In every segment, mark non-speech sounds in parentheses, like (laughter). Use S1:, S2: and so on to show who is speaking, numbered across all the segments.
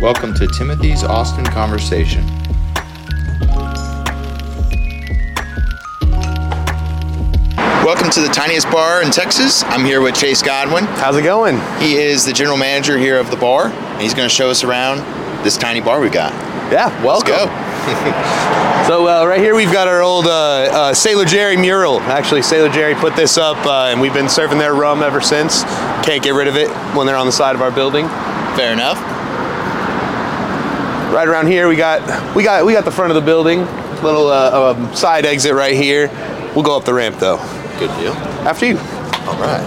S1: Welcome to Timothy's Austin Conversation. Welcome to the tiniest bar in Texas. I'm here with Chase Godwin.
S2: How's it going?
S1: He is the general manager here of the bar, and he's going to show us around this tiny bar we got.
S2: Yeah, welcome.
S1: Go.
S2: So uh, right here we've got our old uh, uh, Sailor Jerry mural. Actually, Sailor Jerry put this up, uh, and we've been serving their rum ever since. Can't get rid of it when they're on the side of our building.
S1: Fair enough.
S2: Right around here we got we got we got the front of the building. Little uh, um, side exit right here. We'll go up the ramp though.
S1: Good deal.
S2: After you.
S1: All right.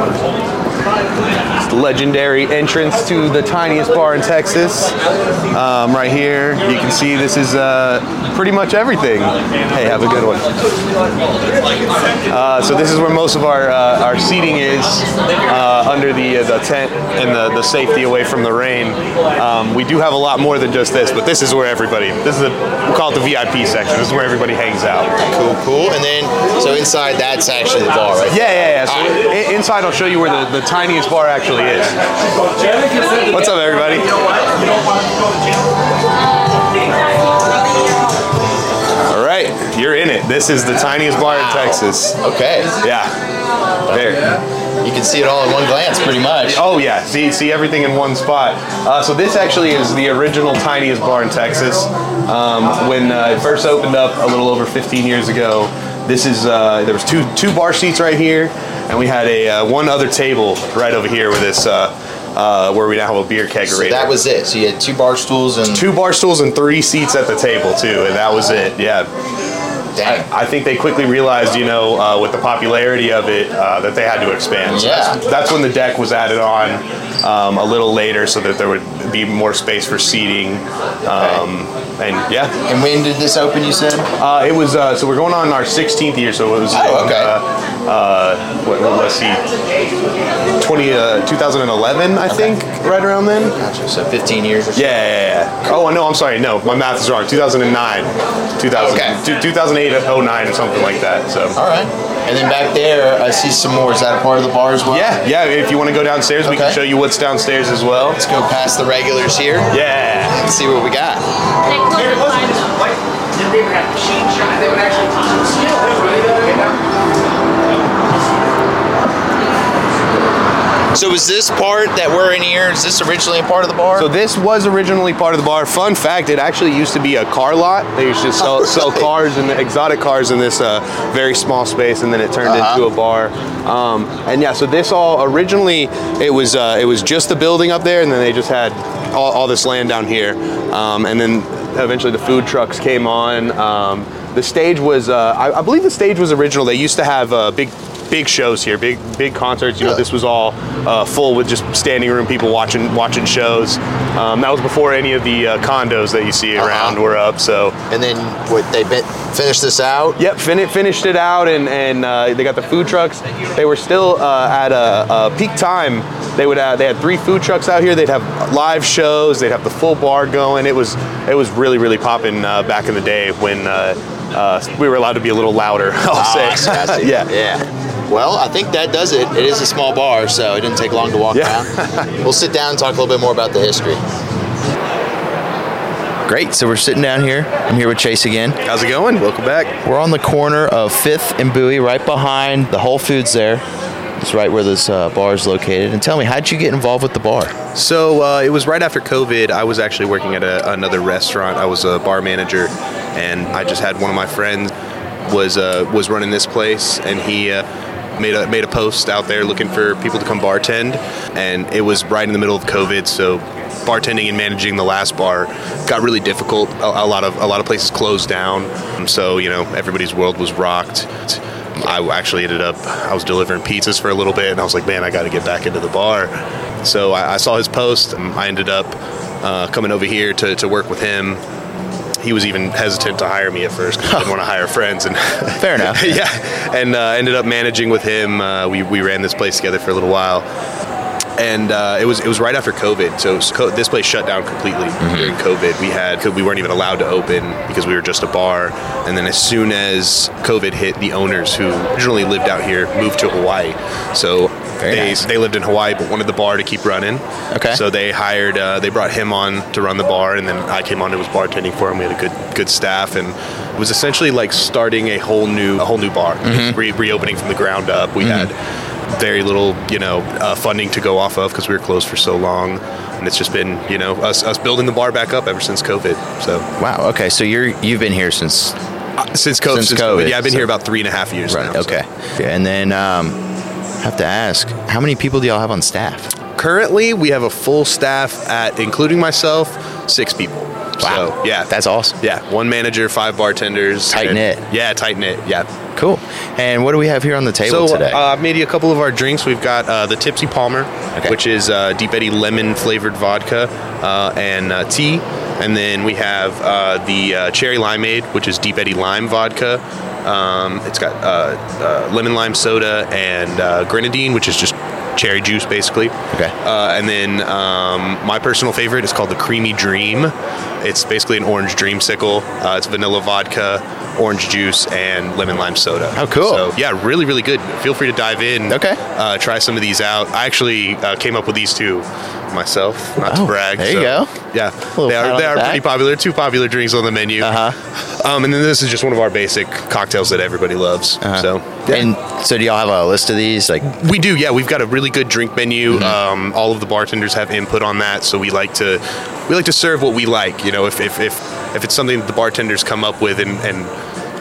S2: It's the legendary entrance to the tiniest bar in Texas. Um, right here, you can see this is uh, pretty much everything. Hey, have a good one. Uh, so this is where most of our uh, our seating is uh, under the uh, the tent and the, the safety away from the rain. Um, we do have a lot more than just this, but this is where everybody. This is the we call it the VIP section. This is where everybody hangs out.
S1: Cool, cool. And then, so inside, that's actually the bar, right?
S2: Yeah, yeah, yeah. So i- inside, I'll show you where the, the tiniest bar actually is. What's up, everybody? All right, you're in it. This is the tiniest bar in Texas.
S1: Okay.
S2: Yeah. There.
S1: You can see it all in one glance, pretty much.
S2: Oh yeah, see see everything in one spot. Uh, so this actually is the original tiniest bar in Texas. Um, when uh, it first opened up a little over 15 years ago, this is uh, there was two two bar seats right here, and we had a uh, one other table right over here with this uh, uh, where we now have a beer kegerator.
S1: So that was it. So you had two bar stools and
S2: two bar stools and three seats at the table too, and that was it. Yeah.
S1: Dang.
S2: I think they quickly realized, you know, uh, with the popularity of it, uh, that they had to expand. So that's,
S1: Yeah.
S2: that's when the deck was added on um, a little later, so that there would be more space for seating. Um, and yeah,
S1: And when did this open? You said.
S2: uh, it was. Uh, so we're going on our 16th year. So it was.
S1: Oh, okay.
S2: Uh, uh, what, what was he? 20, uh, 2011, I think, right around then.
S1: Gotcha. So 15 years or so.
S2: Yeah, yeah, yeah. Oh, no, I'm sorry. No, my math is wrong. 2009, 2000,
S1: Okay.
S2: 2008, 09, or something like that. So.
S1: All right. And then back there, I see some more. Is that a part of the bar as well?
S2: Yeah, yeah. If you want to go downstairs, we can
S1: Okay.
S2: show you what's downstairs as well.
S1: Let's go past the regulars here
S2: Yeah.
S1: and see what we got.
S3: They close at five though.
S4: they would have machine shop, they would actually teach them skills, right?
S1: So is this part that we're in here? Is this originally a part of the bar?
S2: So this was originally part of the bar. Fun fact: it actually used to be a car lot. They used to sell, sell cars and exotic cars in this uh, very small space, and then it turned into a bar. Um, and yeah, so this all originally it was uh, it was just the building up there, and then they just had all, all this land down here, um, and then eventually the food trucks came on. Um, the stage was uh, I, I believe the stage was original. They used to have uh, big big shows here, big big concerts. You know, this was all uh, full with just standing room people watching watching shows. Um, that was before any of the uh, condos that you see around were up. So,
S1: and then what they bit, finished this out.
S2: yep, fin- finished it out, and and uh, they got the food trucks. They were still uh, at a, a peak time. They would have, they had three food trucks out here. They'd have live shows. They'd have the full bar going. It was it was really really popping uh, back in the day when. Uh, uh, we were allowed to be a little louder. (laughs) I'll
S1: Ah, I see,
S2: say,
S1: I see.
S2: (laughs) yeah,
S1: (laughs) Yeah. Well, I think that does it. It is a small bar, so it didn't take long to walk
S2: Yeah.
S1: around. we'll sit down and talk a little bit more about the history. Great. So we're sitting down here. I'm here with Chase again.
S2: How's it going? Welcome back.
S1: We're on the corner of Fifth and Bowie, right behind the Whole Foods. There, it's right where this uh, bar is located. And tell me, how'd you get involved with the bar?
S2: So uh, it was right after COVID. I was actually working at a, another restaurant. I was a bar manager, and I just had one of my friends was uh, was running this place, and he. Uh, Made a, made a post out there looking for people to come bartend, and it was right in the middle of COVID. So, bartending and managing the last bar got really difficult. A, a lot of a lot of places closed down, so you know everybody's world was rocked. I actually ended up I was delivering pizzas for a little bit, and I was like, man, I got to get back into the bar. So I, I saw his post. And I ended up uh, coming over here to, to work with him. He was even hesitant to hire me at first 'cause he didn't want to hire friends. And (laughs)
S1: Fair enough.
S2: yeah, and uh, ended up managing with him. Uh, we, we ran this place together for a little while. And uh, it was it was right after COVID, so s- co- this place shut down completely
S1: Mm-hmm.
S2: during COVID. We had we weren't even allowed to open because we were just a bar. And then as soon as COVID hit, the owners who originally lived out here moved to Hawaii. So
S1: Very
S2: they
S1: nice.
S2: they lived in Hawaii but wanted the bar to keep running.
S1: Okay.
S2: So they hired uh, they brought him on to run the bar, and then I came on and was bartending for him. We had a good good staff, and it was essentially like starting a whole new a whole new bar,
S1: Mm-hmm.
S2: Re- reopening from the ground up. We had very little you know uh, funding to go off of because we were closed for so long, and it's just been you know us us building the bar back up ever since COVID. So
S1: (laughs) Wow. Okay. So you're you've been here since
S2: uh, since COVID,
S1: Since
S2: since, COVID,
S1: COVID,
S2: yeah, I've been
S1: so-
S2: here about three and a half years
S1: right.
S2: now. so.
S1: Okay. Yeah, and then um, I have to ask, how many people do y'all have on staff?
S2: Currently, we have a full staff at, including myself, six people. So, yeah,
S1: That's awesome.
S2: yeah. One manager, five bartenders.
S1: Tight
S2: and-
S1: knit.
S2: Yeah, tight knit. Yeah.
S1: Cool. And what do we have here on the table
S2: So
S1: today?
S2: uh, I've made you a couple of our drinks. We've got uh, the Tipsy Palmer,
S1: Okay.
S2: which is uh, Deep Eddy lemon flavored vodka uh, and uh, tea, and then we have uh, the uh, Cherry Limeade, which is Deep Eddy lime vodka. Um, it's got uh, uh, lemon lime soda and uh, grenadine, which is just cherry juice basically.
S1: Okay.
S2: Uh, and then um, my personal favorite is called the Creamy Dream. It's basically an orange dreamsicle. Uh, it's vanilla vodka, orange juice, and lemon lime soda.
S1: Oh, cool.
S2: So, yeah, really, really good. Feel free to dive in.
S1: Okay.
S2: Uh, try some of these out. I actually uh, came up with these two myself, not
S1: Oh,
S2: to brag.
S1: there you
S2: so,
S1: go.
S2: Yeah,
S1: Little
S2: they
S1: pat on
S2: are, they
S1: the
S2: are
S1: back.
S2: pretty popular. Two popular drinks on the menu.
S1: Uh-huh.
S2: Um, and then this is just one of our basic cocktails that everybody loves.
S1: Uh-huh.
S2: So yeah.
S1: And so do y'all have a list of these? Like,
S2: We do, yeah. We've got a really good drink menu. Um, all of the bartenders have input on that, so we like to we like to serve what we like. You know, if if if, if it's something that the bartenders come up with, and, and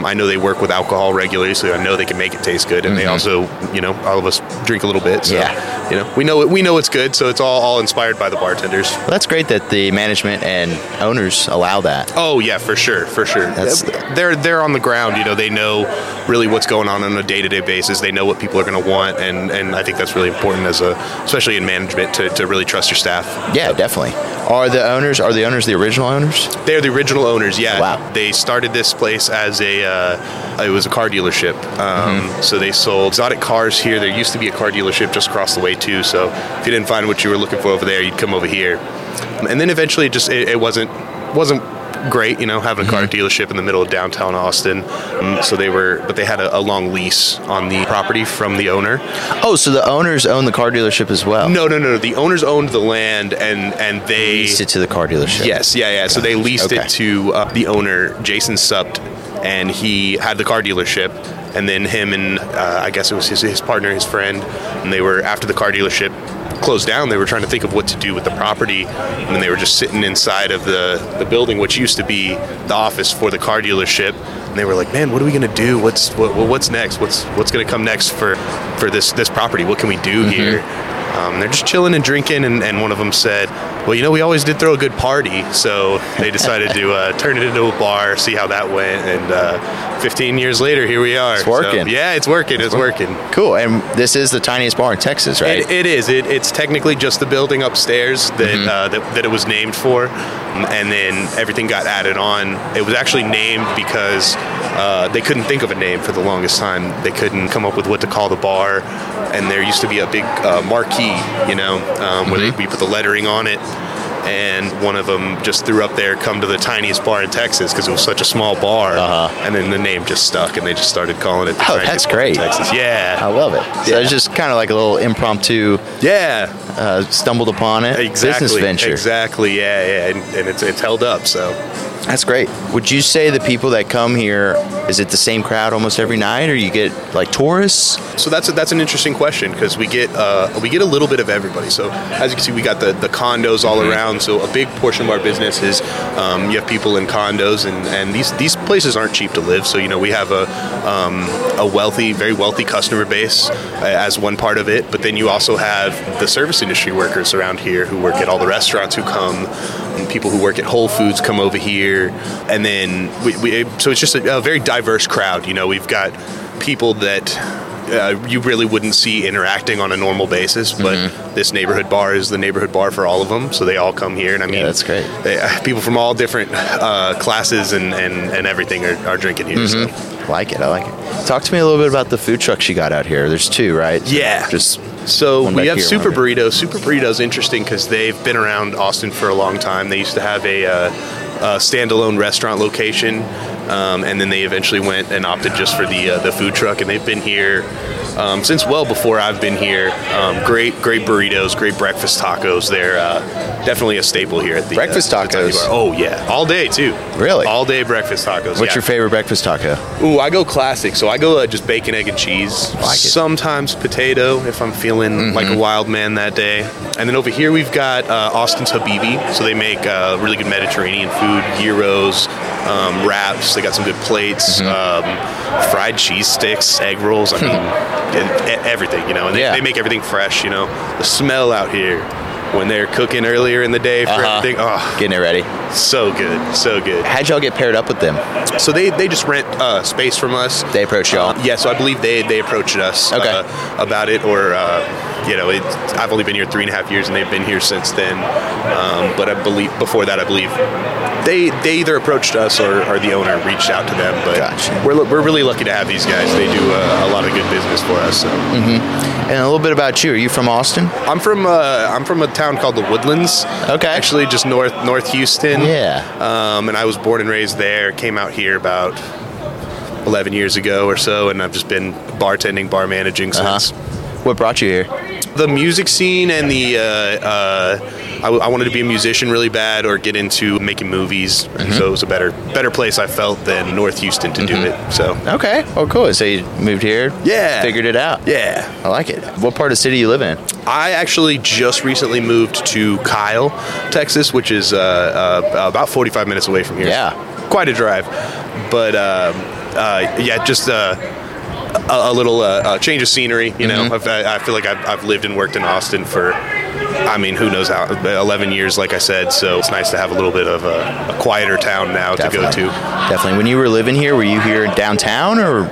S2: I know they work with alcohol regularly, so I know they can make it taste good. And they also, you know, all of us drink a little bit. So,
S1: Yeah.
S2: You know, we know it, we know it's good, so it's all all inspired by the bartenders.
S1: well, that's great that the management and owners allow that.
S2: Oh yeah, for sure, for sure.
S1: That's-
S2: they're they're on the ground. You know, they know really what's going on on a day to day basis. They know what people are going to want, and and I think that's really important as a, especially in management, to, to really trust your staff.
S1: Yeah, definitely. Are the owners are the owners the original owners?
S2: They're the original owners. Yeah,
S1: Wow.
S2: they started this place as a uh, it was a car dealership. Um,
S1: Mm-hmm.
S2: So they sold exotic cars here. There used to be a car dealership just across the way too. So if you didn't find what you were looking for over there, you'd come over here, and then eventually it just it, it wasn't wasn't great, you know, having a car
S1: Mm-hmm.
S2: dealership in the middle of downtown Austin. Um, so they were, but they had a, a long lease on the property from the owner.
S1: Oh, so the owners own the car dealership as well.
S2: No, no, no. no. The owners owned the land, and and they
S1: leased it to the car dealership.
S2: Yes, yeah, yeah. So they leased
S1: Okay.
S2: it to uh, the owner, Jason Supt, and he had the car dealership. And then him and uh, I guess it was his, his partner, his friend, and they were after the car dealership closed down. They were trying to think of what to do with the property, and then they were just sitting inside of the, the building, which used to be the office for the car dealership. And they were like, "Man, what are we gonna do? What's what, what's next? What's what's gonna come next for for this this property? What can we do here?" Um, they're just chilling and drinking, and, and one of them said, "Well, you know, we always did throw a good party, so they decided to uh, turn it into a bar, see how that went." And uh, 15 years later, here we are.
S1: It's working.
S2: So, yeah, it's working. It's working.
S1: Cool. And this is the tiniest bar in Texas, right?
S2: It, it is. It, it's technically just the building upstairs that,
S1: Mm-hmm.
S2: uh, that that it was named for, and then everything got added on. It was actually named because uh, they couldn't think of a name for the longest time. They couldn't come up with what to call the bar, and there used to be a big uh, marquee, you know, um, where
S1: Mm-hmm.
S2: they, we put the lettering on it. And one of them just threw up there, come to the tiniest bar in Texas because it was such a small bar.
S1: Uh-huh.
S2: And then the name just stuck, and they just started calling it. The
S1: Oh,
S2: tiniest
S1: that's
S2: bar in
S1: great.
S2: Texas. Yeah.
S1: I love it. So
S2: Yeah.
S1: it's just kind of like a little impromptu,
S2: yeah.
S1: uh, stumbled upon it
S2: Exactly.
S1: business venture.
S2: Exactly. Yeah, yeah, and, and it's it's held up. So
S1: That's great. Would you say the people that come here is it the same crowd almost every night, or you get like tourists?
S2: so that's a, that's an interesting question because we get uh, we get a little bit of everybody. So as you can see, we got the, the condos all
S1: Mm-hmm.
S2: around. So a big portion of our business is um, you have people in condos, and, and these these places aren't cheap to live. So you know we have a um, a wealthy, very wealthy customer base uh, as one part of it. But then you also have the service industry workers around here who work at all the restaurants who come. and people who work at Whole Foods come over here, and then we, we so it's just a, a very diverse crowd. You know, we've got people that uh, you really wouldn't see interacting on a normal basis, but
S1: Mm-hmm.
S2: this neighborhood bar is the neighborhood bar for all of them, so they all come here. And I mean,
S1: that's great.
S2: They, uh, people from all different uh, classes and, and, and everything are, are drinking here. So.
S1: I like it. I like it. Talk to me a little bit about the food trucks you got out here. There's two, right?
S2: Yeah.
S1: Just
S2: So
S1: One
S2: we
S1: back
S2: have
S1: here,
S2: Super
S1: one over
S2: Burrito. Super Burrito's interesting because they've been around Austin for a long time. They used to have a, uh, a standalone restaurant location, um, and then they eventually went and opted just for the uh, the food truck, and they've been here um, since well before I've been here. Um, great, great burritos, great breakfast tacos. They're uh, definitely a staple here at the
S1: Breakfast
S2: uh, Satani
S1: tacos?
S2: Bar. Oh yeah, all day too.
S1: Really?
S2: all day breakfast tacos.
S1: What's
S2: yeah.
S1: your favorite breakfast taco?
S2: Ooh, I go classic. So I go uh, just bacon, egg, and cheese.
S1: Like it. Mm-hmm.
S2: Sometimes potato if I'm feeling like a wild man that day. And then over here we've got uh, Austin's Habibi. So they make uh, really good Mediterranean food, gyros, um, wraps. They got some good plates,
S1: Mm-hmm.
S2: um, fried cheese sticks, egg rolls. I mean, and e- everything, you know. And they,
S1: Hmm. Yeah.
S2: they make everything fresh, you know. The smell out here when they're cooking earlier in the day for
S1: Uh-huh.
S2: everything. Oh,
S1: Getting it ready.
S2: so good. So good.
S1: How'd y'all get paired up with them?
S2: So they, they just rent uh, space from us. Uh,
S1: They approached y'all.
S2: Yeah, so I believe they they approached us
S1: Okay.
S2: uh, about it, or uh, you know, it, I've only been here three and a half years, and they've been here since then. Um, but I believe before that, I believe they they either approached us or, or the owner reached out to them. But
S1: Gotcha.
S2: we're lu- we're really lucky to have these guys. They do uh, a lot of good business for us. So.
S1: And a little bit about you. Are you from Austin?
S2: I'm from uh, I'm from a town called the Woodlands.
S1: Okay.
S2: Actually, just north North Houston.
S1: Yeah.
S2: Um, and I was born and raised there. Came out here about 11 years ago or so, and I've just been bartending, bar managing
S1: Uh-huh.
S2: since.
S1: What brought you here?
S2: The music scene and the uh, uh, I, w- I wanted to be a musician really bad, or get into making movies.
S1: Mm-hmm.
S2: And so it was a better better place I felt than North Houston to do it. So
S1: Okay. Well, cool. So you moved here?
S2: Yeah.
S1: Mm-hmm. Figured it out.
S2: yeah,
S1: I like it. What part of the city you live in?
S2: I actually just recently moved to Kyle, Texas, which is uh, uh, about 45 minutes away from here.
S1: Yeah.
S2: Quite a drive. But um, uh, yeah, just uh, a, a little uh, uh, change of scenery.
S1: Mm-hmm.
S2: You know, I've, I, I feel like I've, I've lived and worked in Austin for, I mean, who knows how, 11 years, like I said. So it's nice to have a little bit of a, a quieter town now to go to.
S1: Definitely. When you were living here, were you here in downtown or?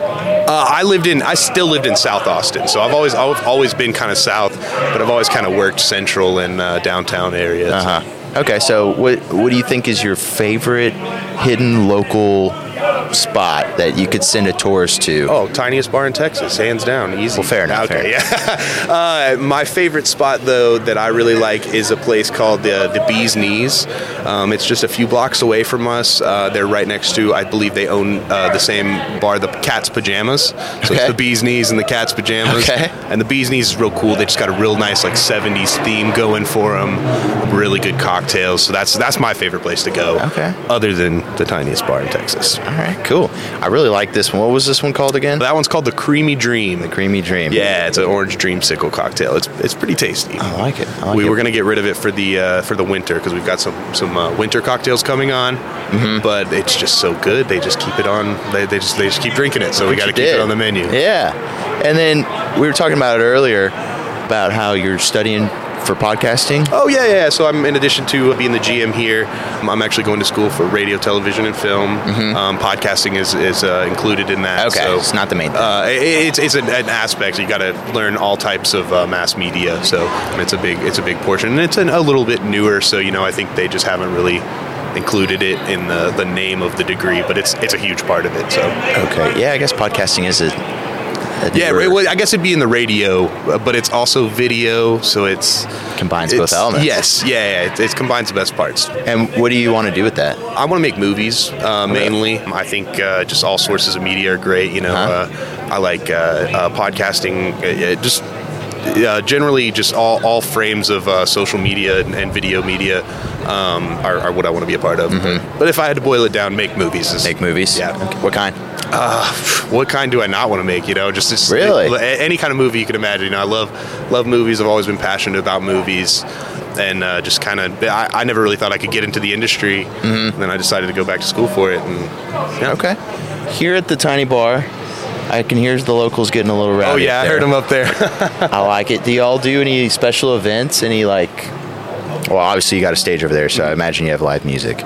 S2: Uh, I lived in, I still lived in South Austin, so I've always, I've always been kind of south, but I've always kind of worked central and uh, downtown areas.
S1: Uh huh. Okay. So what what do you think is your favorite hidden local spot that you could send a tourist to?
S2: Oh, tiniest bar in Texas, hands down, easy.
S1: Well, fair enough,
S2: Okay, yeah. (laughs) uh, my favorite spot though that I really like is a place called the the Bee's Knees. Um, it's just a few blocks away from us. Uh, they're right next to, I believe they own uh, the same bar, the Cat's Pajamas. So
S1: Okay.
S2: it's the Bee's Knees and the Cat's Pajamas.
S1: Okay.
S2: And the Bee's Knees is real cool. They just got a real nice like '70s theme going for them. Really good cocktails. So that's that's my favorite place to go.
S1: Okay.
S2: Other than the tiniest bar in Texas.
S1: All right. Cool. I really like this one. What was this one called again?
S2: That one's called the Creamy Dream.
S1: The Creamy Dream.
S2: Yeah, it's an orange dreamsicle cocktail. It's it's pretty tasty.
S1: I like it. Oh, I like
S2: we
S1: it.
S2: were gonna get rid of it for the uh, for the winter because we've got some some uh, winter cocktails coming on,
S1: Mm-hmm.
S2: but it's just so good. They just keep it on. They, they just they just keep drinking it. So we got to
S1: You
S2: keep
S1: did.
S2: it on the menu.
S1: Yeah. And then we were talking about it earlier about how you're studying for podcasting.
S2: Oh yeah, yeah. So I'm in addition to being the GM here, I'm I'm actually going to school for radio, television, and film. Um, podcasting is is uh, included in that.
S1: Mm-hmm. Okay,
S2: so,
S1: it's not the main thing.
S2: Uh, it, it's it's an, an aspect. You got to learn all types of uh, mass media. So and it's a big it's a big portion, and it's an, a little bit newer. So you know, I think they just haven't really included it in the, the name of the degree, but it's it's a huge part of it. So.
S1: Okay. Yeah, I guess podcasting is a. a
S2: Yeah,
S1: newer-
S2: right, well, I guess it'd be in the radio, uh, but it's also video, so it's
S1: combines
S2: it's
S1: both elements.
S2: yes, yeah, yeah it, it combines the best parts.
S1: And what do you want to do with that?
S2: I want to make movies uh, mainly. I think uh, just all sources of media are great. You know,
S1: Uh-huh.
S2: uh, I like uh, uh, podcasting. Uh, uh, just uh, generally, just all, all frames of uh, social media and, and video media um, are, are what I want to be a part of. But if I had to boil it down, make movies. is-
S1: Mm-hmm. Make movies?
S2: Yeah.
S1: Okay. What kind?
S2: Uh, what kind do I not want to make? You know, just, just
S1: Really?
S2: a- any kind of movie you can imagine. You know, I love love movies. I've always been passionate about movies, and uh, just kind of I, I never really thought I could get into the industry. And then I decided to go back to school for it. And yeah.
S1: Okay. Here at the tiny bar, I can hear the locals getting a little rowdy.
S2: Oh yeah,
S1: up
S2: I
S1: there.
S2: heard him up there. (laughs)
S1: I like it. Do y'all do any special events? Any like? Well, obviously you got a stage over there, so I imagine you have live music.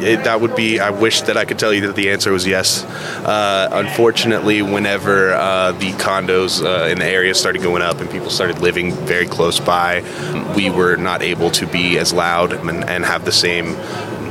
S2: it, that would be. I wish that I could tell you that the answer was yes. Uh, unfortunately, whenever uh, the condos uh, in the area started going up and people started living very close by, we were not able to be as loud and, and have the same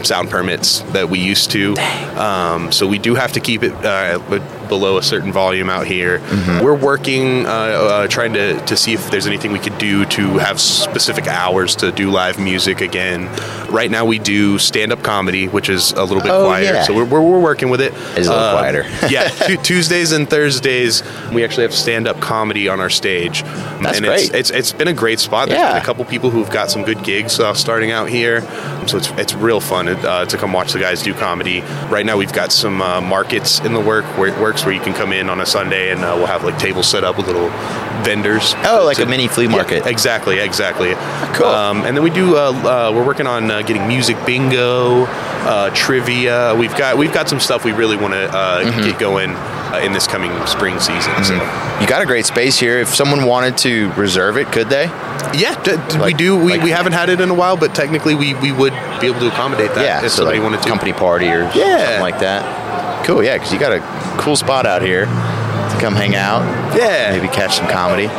S2: sound permits that we used to. Um, so we do have to keep it uh, below a certain volume out here.
S1: Mm-hmm.
S2: We're working, uh, uh, trying to, to see if there's anything we could do to have specific hours to do live music again. Right now, we do stand up comedy, which is a little bit
S1: Oh,
S2: quieter.
S1: yeah.
S2: So we're, we're, we're working with it. Uh,
S1: It's a little quieter.
S2: (laughs) yeah, Tu- Tuesdays and Thursdays, we actually have stand up comedy on our stage.
S1: That's
S2: and
S1: great.
S2: It's, it's, it's been a great spot. There's
S1: Yeah.
S2: been a couple people who've got some good gigs uh, starting out here, so it's it's real fun uh, to come watch the guys do comedy. Right now, we've got some uh, markets in the work where it works where you can come in on a Sunday and uh, we'll have like tables set up with little vendors.
S1: Oh, like
S2: To-
S1: a mini flea
S2: Yeah,
S1: market. Ah,
S2: exactly, exactly.
S1: Cool.
S2: Um, and then we do. Uh, uh, we're working on uh, getting music bingo, uh, trivia. We've got we've got some stuff we really want to uh,
S1: Mm-hmm.
S2: get going uh, in this coming spring season. So.
S1: You got a great space here. If someone wanted to reserve it, could they?
S2: Yeah, d- d- we
S1: Like-
S2: do. We,
S1: like-
S2: we haven't had it in a while, but technically we, we would be able to accommodate that
S1: yeah,
S2: if somebody
S1: like
S2: wanted to.
S1: company party or
S2: Yeah.
S1: something like that. Cool, yeah, because you got a cool spot out here to come hang out,
S2: Yeah,
S1: maybe catch some comedy.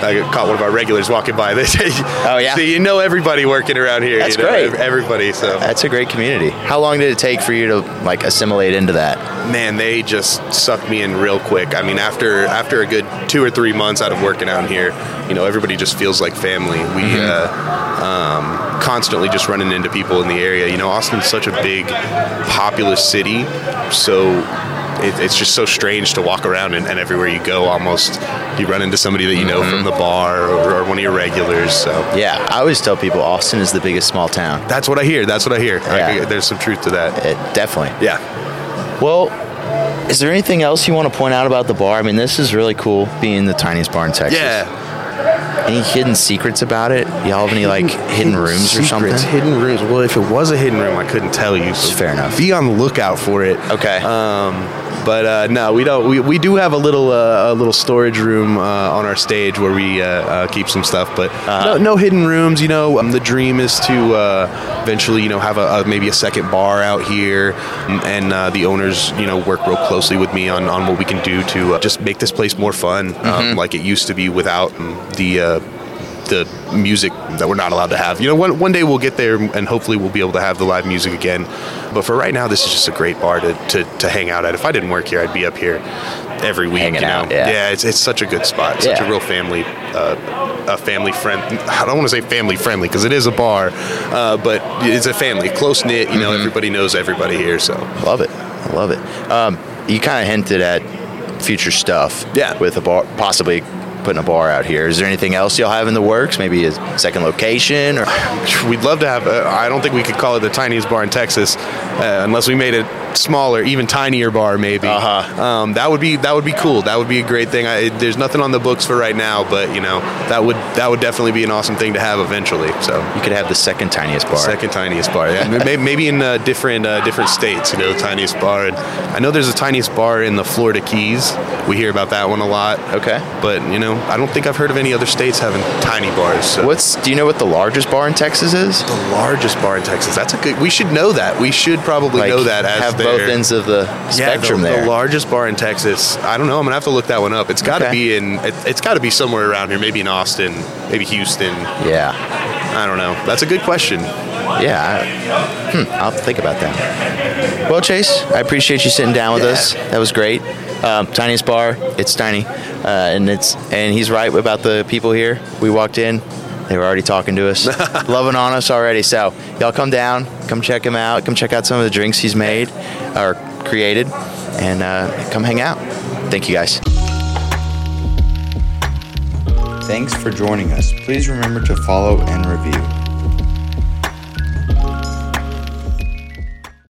S2: I got caught one of our regulars walking by. (laughs) They say,
S1: Oh, yeah?
S2: so you know everybody working around here.
S1: That's
S2: you know,
S1: great.
S2: ev- Everybody. So
S1: That's a great community. How long did it take for you to like assimilate into that?
S2: man, they just sucked me in real quick. I mean, after after a good two or three months out of working out here, you know, everybody just feels like family. We uh, um, constantly just running into people in the area. You know, Austin's such a big, populous city, so. It, it's just so strange to walk around and, and everywhere you go, almost you run into somebody that you know from the bar or, or one of your regulars. So
S1: Yeah, I always tell people Austin is the biggest small town.
S2: That's what I hear. That's what I hear. I-
S1: Yeah.
S2: there's some truth to that.
S1: It definitely.
S2: Yeah.
S1: Well, is there anything else you want to point out about the bar? I mean, this is really cool being the tiniest bar in Texas.
S2: Yeah.
S1: Any hidden secrets about it? Y'all have any like hidden rooms or
S2: Secrets,
S1: something?
S2: Hidden rooms. Well, if it was a hidden room, I couldn't tell you. so
S1: Fair enough.
S2: Be on the lookout for it.
S1: Okay.
S2: Um, but uh, no, we don't. We, we do have a little uh, a little storage room uh, on our stage where we uh, uh, keep some stuff. But
S1: Uh-huh.
S2: no, no hidden rooms. You know, um, the dream is to uh, eventually, you know, have a, a maybe a second bar out here, um, and uh, the owners, you know, work real closely with me on, on what we can do to uh, just make this place more fun, um,
S1: Mm-hmm.
S2: like it used to be without um, the. Uh, the music that we're not allowed to have. You know, one, one day we'll get there and hopefully we'll be able to have the live music again. But for right now, this is just a great bar to, to, to hang out at. If I didn't work here, I'd be up here every week.
S1: Hanging
S2: you know?
S1: out, yeah.
S2: it's, it's such a good spot. It's Such
S1: Yeah.
S2: a real family, uh, a family friend. I don't want to say family friendly because it is a bar, uh, but it's a family, close knit. You know,
S1: Mm-hmm.
S2: everybody knows everybody here. So
S1: Love it. I love it. Um, you kind of hinted at future stuff.
S2: Yeah.
S1: With a bar, possibly putting a bar out here. Is there anything else y'all have in the works? Maybe a second location or
S2: We'd love to have. Uh, I don't think we could call it the tiniest bar in Texas, uh, unless we made it smaller, even tinier bar maybe.
S1: Uh-huh.
S2: Um, that would be that would be cool. That would be a great thing. I, there's nothing on the books for right now, but you know that would that would definitely be an awesome thing to have eventually. So
S1: you could have the second tiniest bar.
S2: second tiniest bar, yeah. May- may- maybe in uh, different uh, different states. You know, tiniest bar. And I know there's a tiniest bar in the Florida Keys. We hear about that one a lot.
S1: Okay.
S2: But you know, I don't think I've heard of any other states having tiny bars. So.
S1: What's do you know what the largest bar in Texas is?
S2: The largest bar in Texas. That's a good. We should know that. We should probably know that as
S1: have
S2: their-
S1: both ends of the
S2: Yeah,
S1: spectrum
S2: the,
S1: there.
S2: The largest bar in Texas. I don't know. I'm gonna have to look that one up. It's got to
S1: Okay.
S2: be in. It, it's got to be somewhere around here. Maybe in Austin. Maybe Houston.
S1: yeah.
S2: I don't know. That's a good question.
S1: Yeah. I- hmm, I'll think about that. Well, Chase, I appreciate you sitting down with
S2: Yeah.
S1: us. That was great. Um, tiniest bar, it's tiny, uh, and it's and he's right about the people here. We walked in, they were already talking to us, loving on us already. So y'all come down, come check him out, come check out some of the drinks he's made or created, and uh, come hang out. Thank you guys. Thanks for joining us. Please remember to follow and review.